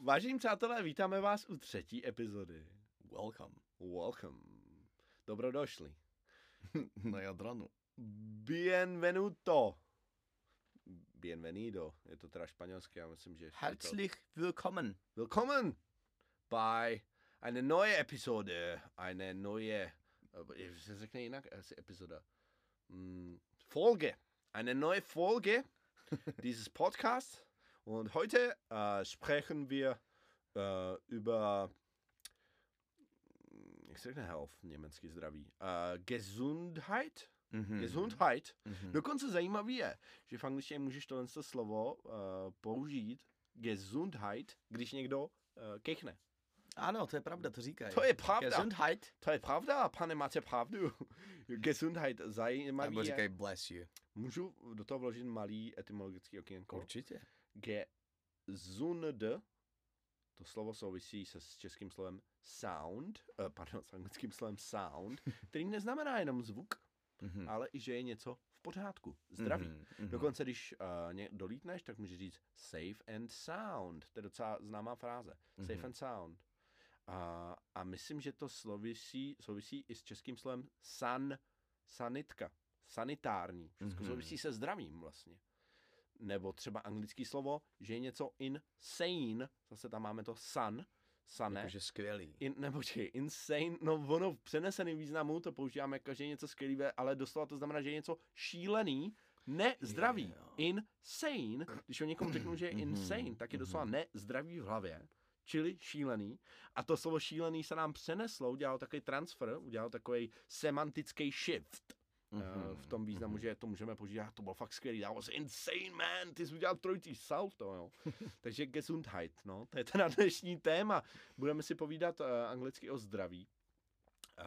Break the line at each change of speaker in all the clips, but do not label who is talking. Vážení přátelé, vítáme vás u třetí epizody.
Welcome
Welcome. Dobrodošli.
na Jadranu.
Bienvenuto. Bienvenido. Je to teda španělské, já myslím, že...
Herzlich willkommen.
Willkommen bei eine neue Episode. Eine neue... eh, Jak se řekne jinak asi epizoda? Mm, Folge. Eine neue Folge dieses Podcasts. Und heute äh, sprechen wir äh, über... Ich sag nicht auf německy zdraví. Äh, Gesundheit?
Mhm.
Gesundheit.
Mhm.
Dokonce zajímavý je, že v angličtině můžeš tohle to slovo uh, použít Gesundheit, když někdo uh, kechne.
Ano, to je pravda, to říkají.
To je pravda.
Gesundheit.
To je pravda, pane, máte pravdu. Gesundheit, zajímavý
Nebo
je.
říkají bless you.
Můžu do toho vložit malý etymologický okénko?
Určitě.
Gesund, to slovo souvisí se s českým slovem sound, eh, pardon, s anglickým slovem sound, který neznamená jenom zvuk,
Mhm.
ale i že je něco v pořádku, zdraví.
Mhm, mhm.
Dokonce, když uh, ně, dolítneš, tak můžeš říct safe and sound. To je docela známá fráze. Safe
Mhm.
and sound. A, a myslím, že to souvisí, souvisí i s českým slovem san, sanitka, sanitární. Všechno
Mhm.
souvisí se zdravím vlastně. Nebo třeba anglické slovo, že je něco insane, zase tam máme to san, sané.
Jakože skvělý.
In, nebo počkej, insane, no ono v přeneseném významu to používáme jako, že je něco skvělé, ale doslova to znamená, že je něco šílený, nezdravý.
Jo.
Insane, když o někom řeknu, že je insane, tak je doslova nezdravý v hlavě, čili šílený. A to slovo šílený se nám přeneslo, udělalo takový transfer, udělalo takový semantický shift.
Mhm.
eh, V tom významu, že to můžeme používat, to bylo fakt skvělý, that was insane, man, ty jsi udělal trojitý salto, jo. Takže Gesundheit, no, to je teda dnešní téma. Budeme si povídat uh, anglicky o zdraví. Uh,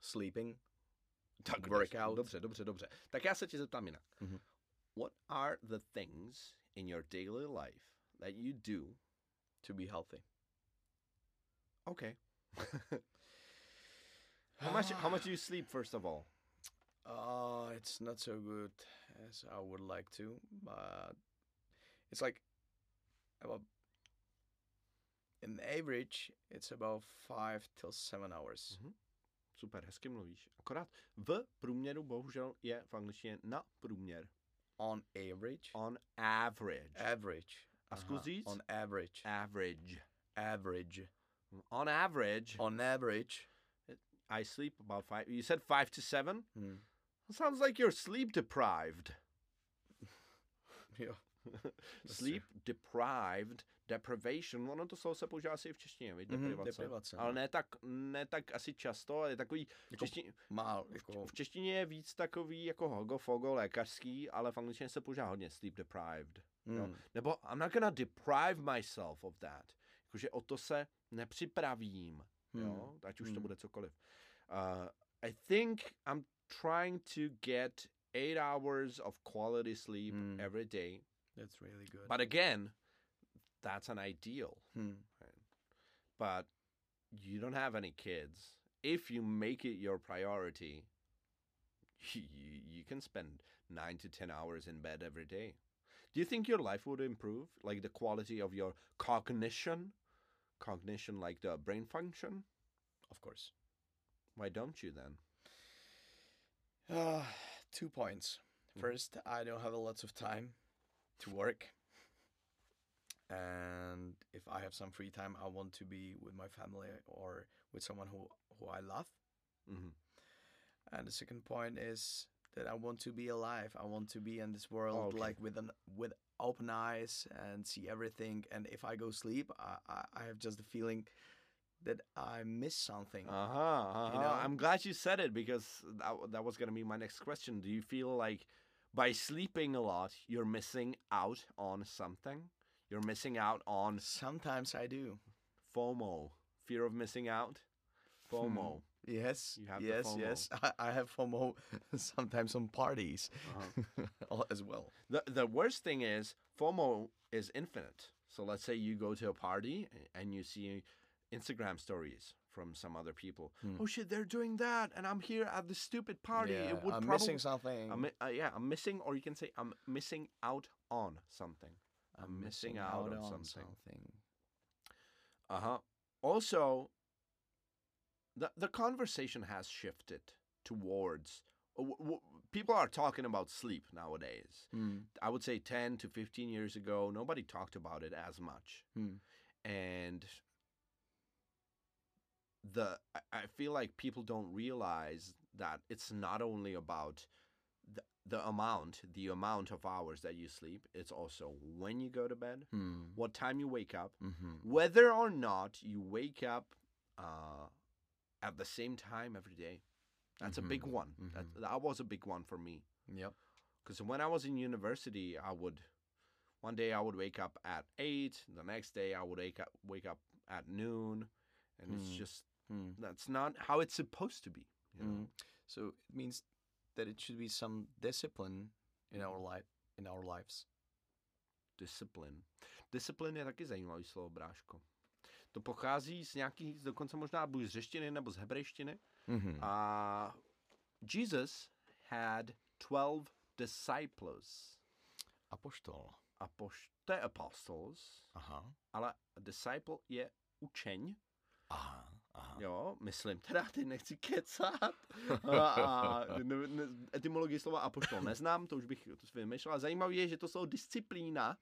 Sleeping.
tak
Workout.
Dobře, dobře, dobře. Tak já se tě zeptám jinak.
Mhm.
What are the things in your daily life that you do?
To be healthy.
Okay. how much how much do you sleep first of all?
Uh, it's not so good as I would like to, but it's like about in average it's about five till seven hours.
Mhm. Super, hezky mluvíš. Akorát v průměru bohužel je v angličtině na průměr.
On average.
On average.
Average.
A zkus říct?
Uh-huh. On average.
average.
Average.
On average,
On average.
I sleep about five. You said five to seven.
Hmm.
Sounds like you're sleep deprived.
Jo. Prostě.
sleep deprived, deprivation, ono to slovo se používá asi i v češtině, viď?
Mhm,
Deprivace.
deprivace,
ale
no.
ne tak, ne tak asi často, ale je takový, v češtině,
Mál, jako...
v češtině je víc takový jako hogo fogo lékařský, ale v angličtině se používá hodně sleep deprived. No.
Mm.
Nebo I'm not gonna deprive myself of that. Jakože o to se nepřipravím,
Hmm. Mm.
jo? Ať už to bude cokoliv. Uh, I think I'm trying to get eight hours of quality sleep
Mm.
every day
That's really good.
But again, that's an ideal.
Hmm.
But you don't have any kids. If you make it your priority, you, you can spend nine to 10 hours in bed every day. Do you think your life would improve? Like the quality of your cognition? Cognition, like the brain function?
Of course.
Why don't you then?
Uh, two points. First, I don't have a lot of time to work. And if I have some free time, I want to be with my family or with someone who, who I love.
Mhm.
And the second point is that I want to be alive. I want to be in this world
Oh, okay.
like with an with open eyes and see everything. And if I go sleep, I, I, I have just the feeling that I miss something.
Uh-huh, uh-huh.
know?
I'm glad you said it because that, that was going to be my next question. Do you feel like by sleeping a lot, you're missing out on something? You're missing out on
Sometimes I do.
FOMO, fear of missing out? FOMO.
Hmm. Yes.
You have the
yes.
FOMO.
Yes. I, I have FOMO sometimes on parties
Uh.
as well.
The, the worst thing is FOMO is infinite. So let's say you go to a party and you see Instagram stories from some other people. Oh shit, they're doing that and I'm here at the stupid party.
Hmm. Yeah,
it would
I'm
probably
missing something.
I'm, mi- uh, yeah, I'm missing, or you can say I'm missing out on something. I'm, missing, out, on, something.
something.
Uh huh. Also, the the conversation has shifted towards w- w- people are talking about sleep nowadays.
Hmm.
I would say 10 to 15 years ago, nobody talked about it as much.
Hmm.
And the I- I feel like people don't realize that it's not only about the, the amount, the amount of hours that you sleep, it's also when you go to bed,
Hmm.
what time you wake up,
Mm-hmm.
whether or not you wake up uh, at the same time every day. That's a big
Mhm.
one. That, that was a big one for me.
Yep.
Because when I was in university, I would one day I would wake up at eight, the next day I would wake up wake up at noon, and it's
Mm.
just that's not how it's supposed to be. You know?
Mm. So it means that it should be some discipline in our
Mm-hmm.
life, in our lives.
Discipline. Discipline je taky zajímavý slovo, bráško. To pochází z nějaký, dokonce možná buď z řeštiny nebo z hebrejštiny.
Mm-hmm.
Uh, Jesus had 12 disciples.
Apoštol.
Apoš- to je apostles,
Aha.
ale disciple je učeň. Uh-huh.
Aha. Aha.
Jo, myslím, teda ty nechci kecat. A, a ne, ne, etymologii slova apoštol neznám, to už bych to si vymýšlel. Ale zajímavé je, že to slovo disciplína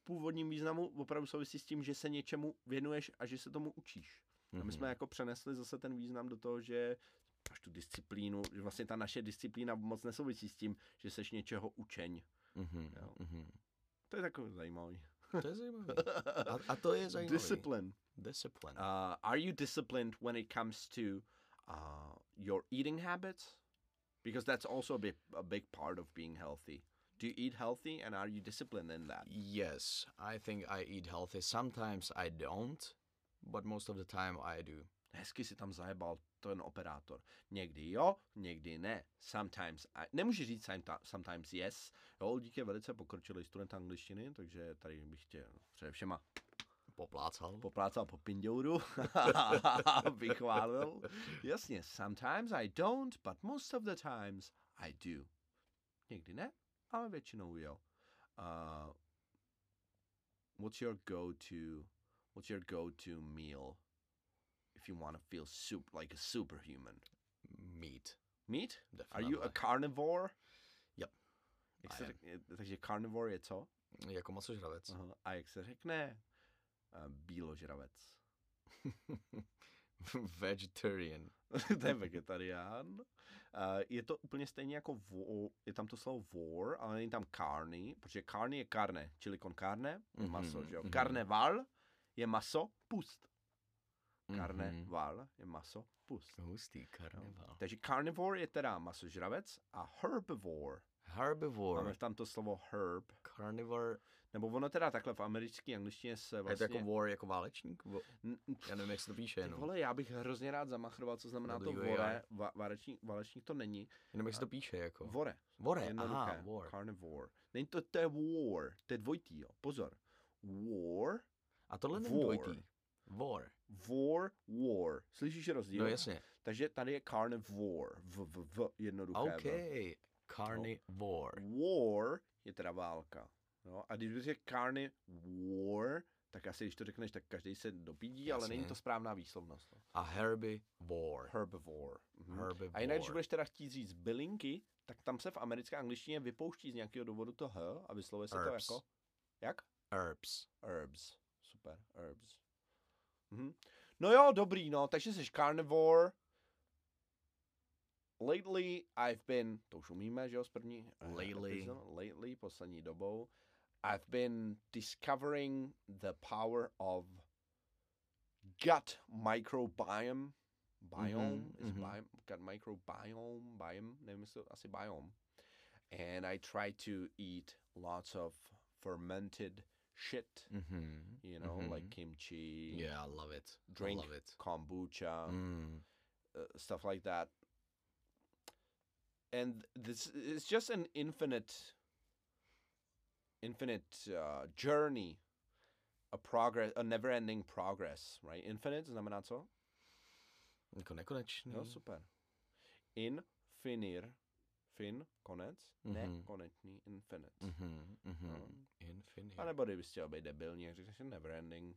v původním významu opravdu souvisí s tím, že se něčemu věnuješ a že se tomu učíš. A
Mhm.
my jsme jako přenesli zase ten význam do toho, že máš tu disciplínu, že vlastně ta naše disciplína moc nesouvisí s tím, že seš něčeho učeň.
Mm-hmm.
Jo.
Mm-hmm.
To je takový zajímavý.
To je zajímavé. A, a to je zajímavé.
Discipline.
Discipline.
Uh, are you disciplined when it comes to uh, your eating habits? Because that's also a big, a big part of being healthy. Do you eat healthy and are you disciplined in that?
Yes, I think I eat healthy. Sometimes I don't, but most of the time I do.
Hezky si tam zajebal ten operátor. Někdy jo, někdy ne. Sometimes, I, nemůžu říct someti- sometimes yes. Jo, díky velice pokročilý student angličtiny, takže tady bych tě především
Poplácal.
poplácal po pindouru, vychválil. Jasně, sometimes I don't, but most of the times I do. Někdy ne, ale většinou jo. Uh, what's your go-to, what's your go-to meal if you want to feel super, like a superhuman?
Meat.
Meat? Are
Definitely.
you a carnivore?
Yep,
Jak
I
se
am.
řek- takže carnivore je co?
Jako masožravec.
Aha, A jak se řekne? Uh, bíložravec.
Vegetarian.
to je vegetarián. Uh, je to úplně stejně jako vo, je tam to slovo vor, ale není tam carny, protože carny je carne, čili con carne je maso,
Mhm,
že jo.
mhm.
Carneval je maso, pust.
Mhm.
Carneval je maso, pust.
Hustý
Jo.
karneval.
Takže carnivore je teda masožravec a herbivore. Máme
Herbivore.
tam to slovo herb.
Carnivore.
Nebo ono teda takhle v americké angličtině se
Je to
vlastně...
jako war, jako válečník? Vo-
N-
Já nevím, no. jak se to píše
Ty
jenom.
vole, já bych hrozně rád zamachroval, co znamená to
WAR.
vore. Va- válečník, válečník to není.
Jenom jak se to píše, jako.
Vore.
Vore,
Jednoduché.
aha, war.
no Carnivore. Není to, to je war. To je dvojitý, jo. Pozor. War,
A tohle není
War.
dvojitý. War.
war, war. Slyšíš rozdíl?
No jasně.
Takže tady je carnivore. V, v, v, e no jednoduché. no. V.
OK. Carnivore.
War e je teda válka. No, a když je carnivore, tak asi když to řekneš, tak každý se dopídí, ale
Jasně.
není to správná výslovnost. No.
A herbivore.
Herbivore. Mhm.
Herbivore.
A jinak, když budeš teda chtít říct bylinky, tak tam se v americké angličtině vypouští z nějakého důvodu to H no a vyslovuje se to
Herbs.
jako... Jak?
Herbs.
Herbs. Super, herbs. Mhm. No jo, dobrý, no, takže jsi carnivore. Lately I've been, to už umíme, že jo, z první. eh,
Lately.
epizod- Lately, poslední dobou. I've been discovering the power of gut microbiome. Biome,
Mhm,
is
mhm.
biome, gut microbiome, biome, nevím, jestli to asi biome. And I try to eat lots of fermented shit
Mm-hmm.
you know, like kimchi,
Yeah, I love it.
drink
I love it.
kombucha,
Mm.
uh, stuff like that. And this it's just an infinite, infinite uh, journey, a progress, a never-ending progress, right? Infinite znamená co?
Jako nekonečný.
No, super. In finir, fin konec, ne
Mhm.
konečný, infinite.
mm-hmm, mm-hmm.
No.
Infinite.
A nebo kdybys chtěl být debilní, jak řekneš never ending.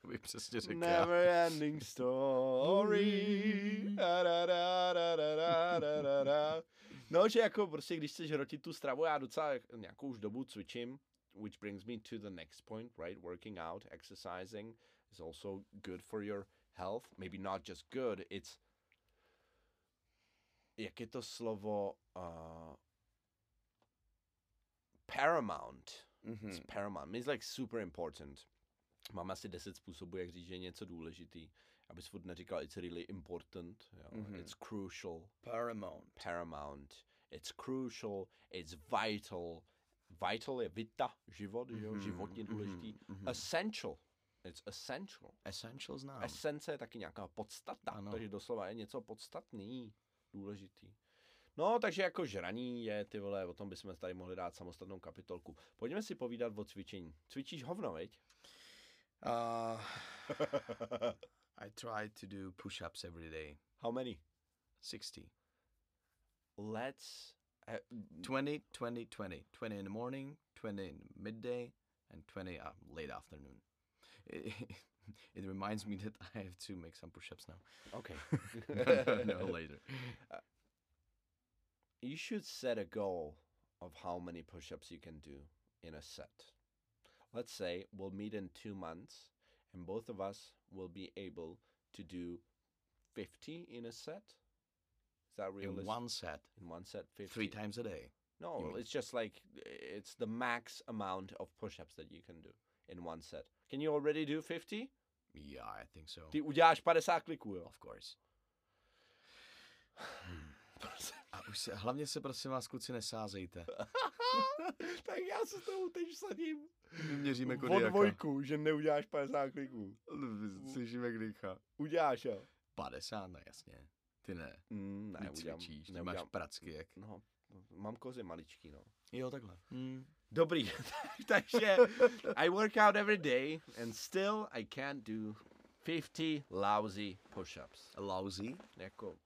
to by přesně
prostě
řekl já.
Never ending story. Da, da, da, da, da, da, da, da, da. No, že jako prostě, když chceš hrotit tu stravu, já docela nějakou už dobu cvičím, which brings me to the next point, right? Working out, exercising is also good for your health. Maybe not just good, it's jak je to slovo uh, paramount. It's
Mm-hmm.
paramount. Means like super important. Mám asi 10 způsobů, jak říct, že je něco důležitý. Abys furt neříkal, it's really important, jo.
Mhm.
it's crucial,
Paramount.
paramount, it's crucial, it's vital. Vital je vita, život, že jo,
Mhm,
životně
mhm,
důležitý.
mhm.
Essential, it's essential.
Essential znám.
Esence je taky nějaká podstata,
Ano.
takže doslova je něco podstatný, důležitý. No, takže jako žraní je, ty vole, o tom bychom tady mohli dát samostatnou kapitolku. Pojďme si povídat o cvičení. Cvičíš hovno, viď?
Uh, I try to do push-ups every day.
How many?
60.
Let's... eh, mm,
20, 20, 20. 20 in the morning, 20 in midday, and 20 uh, late afternoon. It, it reminds me that I have to make some push-ups now.
okay.
no, no, later.
You should set a goal of how many push-ups you can do in a set. Let's say we'll meet in two months and both of us will be able to do 50 in a set. Is that realistic?
In one set,
in one set 50.
three times a day. you
No,
mean.
it's just like it's the max amount of push-ups that you can do in one set. Can you already do 50?
Yeah, I think so.
Ty uděláš 50 kliků, jo.
Of course. A už se, hlavně se prosím vás, kuci, nesázejte.
tak já se s tebou teď sadím
Měříme
o dvojku, že neuděláš 50 kliků.
Slyšíme kdycha.
Uděláš, jo.
50, no jasně. Ty ne.
Mm,
Ne,
neudělám,
cvičíš, ty máš
neudělám.
pracky jak.
No, mám kozy maličký, no.
Jo, takhle.
Hmm.
Mm.
Dobrý, takže I work out every day and still I can't do 50 lousy push-ups.
Lousy.
jako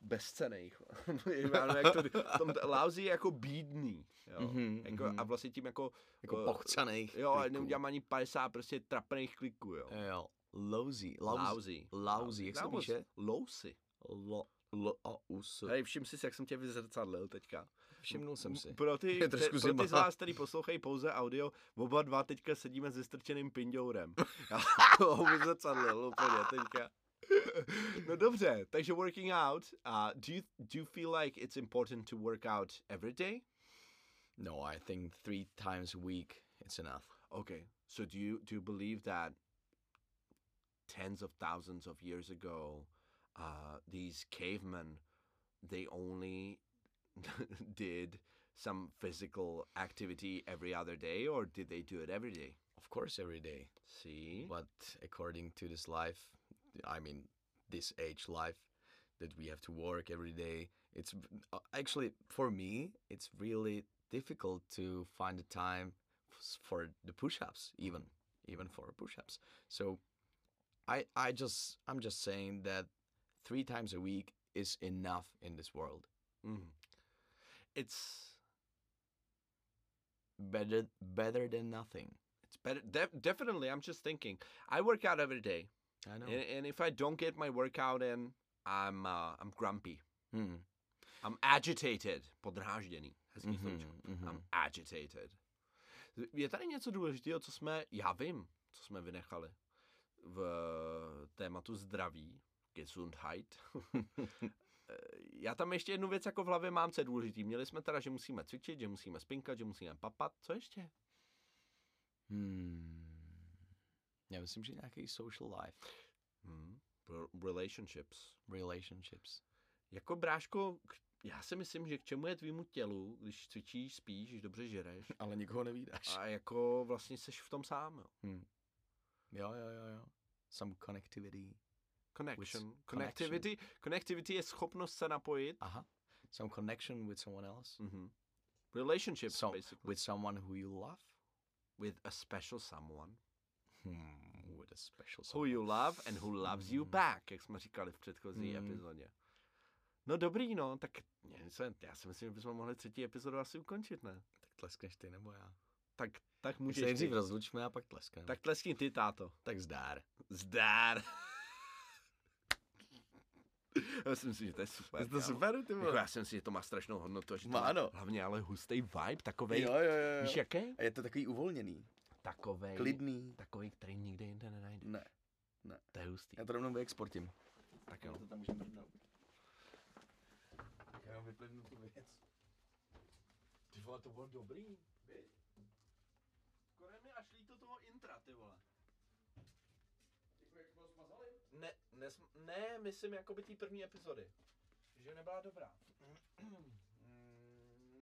bezcenej. Já nevím, No, jak to, v tom Lauzi je jako bídný. Jo.
Mhm,
jako,
mhm.
a vlastně tím jako...
Jako
eh,
pochcanej.
Jo, ale neudělám ani 50 prostě trapných kliků, jo.
Jo. Lousy. Lousy.
Lousy.
Lousy. Jak se
That
to
was
píše?
Lousy.
Lo, lo, a, us.
Hej, všim si, jak jsem tě vyzrcadlil teďka.
Všimnul jsem si.
Pro ty,
Je
te,
trošku
pro ty z
zima.
vás, který poslouchají pouze audio, oba dva teďka sedíme s vystrčeným pindourem. Já ho vyzrcadlil úplně teďka. No dobře, takže working out. Uh, do, you, do you feel like it's important to work out every day?
No, I think three times a week it's enough.
Okay. So do you do you believe that tens of thousands of years ago, uh, these cavemen, they only did some physical activity every other day, or did they do it every day?
Of course, every day.
See.
But according to this life, I mean, this age life that we have to work every day, it's v- uh, actually for me, it's really difficult to find the time s- for the push-ups, even even for push-ups. So, I I just I'm just saying that three times a week is enough in this world.
Mm. It's
Better better than nothing.
it's better. De- definitely. I'm just thinking. I work out every day,
I know.
and, and if I don't get my workout in, I'm uh, I'm grumpy.
Mm.
I'm agitated. Podrážděný. Hezký slovíčko.
Mhm, mhm.
I'm agitated. Je tady něco důležitého, co jsme, já vím, co jsme vynechali v eh, tématu zdraví, Gesundheit. já tam ještě jednu věc jako v hlavě mám, co je důležitý. Měli jsme teda, že musíme cvičit, že musíme spinkat, že musíme papat, co ještě?
Hmm. Já myslím, že nějaký social life,
Hmm. Re- Relationships.
relationships.
Jako bráško, k- já si myslím, že k čemu je tvýmu tělu, když cvičíš, spíš, když dobře žereš
Ale nikoho nevídáš.
a jako vlastně seš v tom sám. Jo.
Jo, jo, jo, jo. Some connectivity.
Connection.
connection.
Connectivity. Connectivity je schopnost se napojit
Aha. Some connection with someone else.
Mm-hmm. Relationships,
So,
basically,
with someone who you love.
with a special someone
Hmm. With a special
who
someone.
you love and who loves you
Mm.
back, jak jsme říkali v předchozí
Mm.
epizodě. No dobrý, no, tak něco- já si myslím, že bychom mohli třetí epizodu asi ukončit, ne?
Tak tleskneš ty nebo já?
tak, tak
My
můžeš
se nejdřív
ty.
rozlučme a pak tleskneme. Tak,
Tak tleskni ty, táto.
tak zdár.
Zdár. Já si myslím, že to je super.
Je to
kámo.
super, ty
Jako
vole.
já si myslím, že to má strašnou hodnotu. a Že to
Má,
má,
ano.
Hlavně ale hustý vibe, takovej,
Jo, jo, jo.
víš
jo.
jaký?
A je to takový uvolněný,
Takovej,
klidný.
takovej, který nikde jinde nenajde.
Ne,
To je hustý.
já to rovnou vyexportím.
Tak jo.
To tam můžeme vypnout. Já jenom vyplivnu tu věc.
Ty vole, to bylo dobrý. Korem mi až líto toho intra, ty vole. jako Ne, jako ne, ne myslím jakoby té první epizody. Že nebyla dobrá. Mm.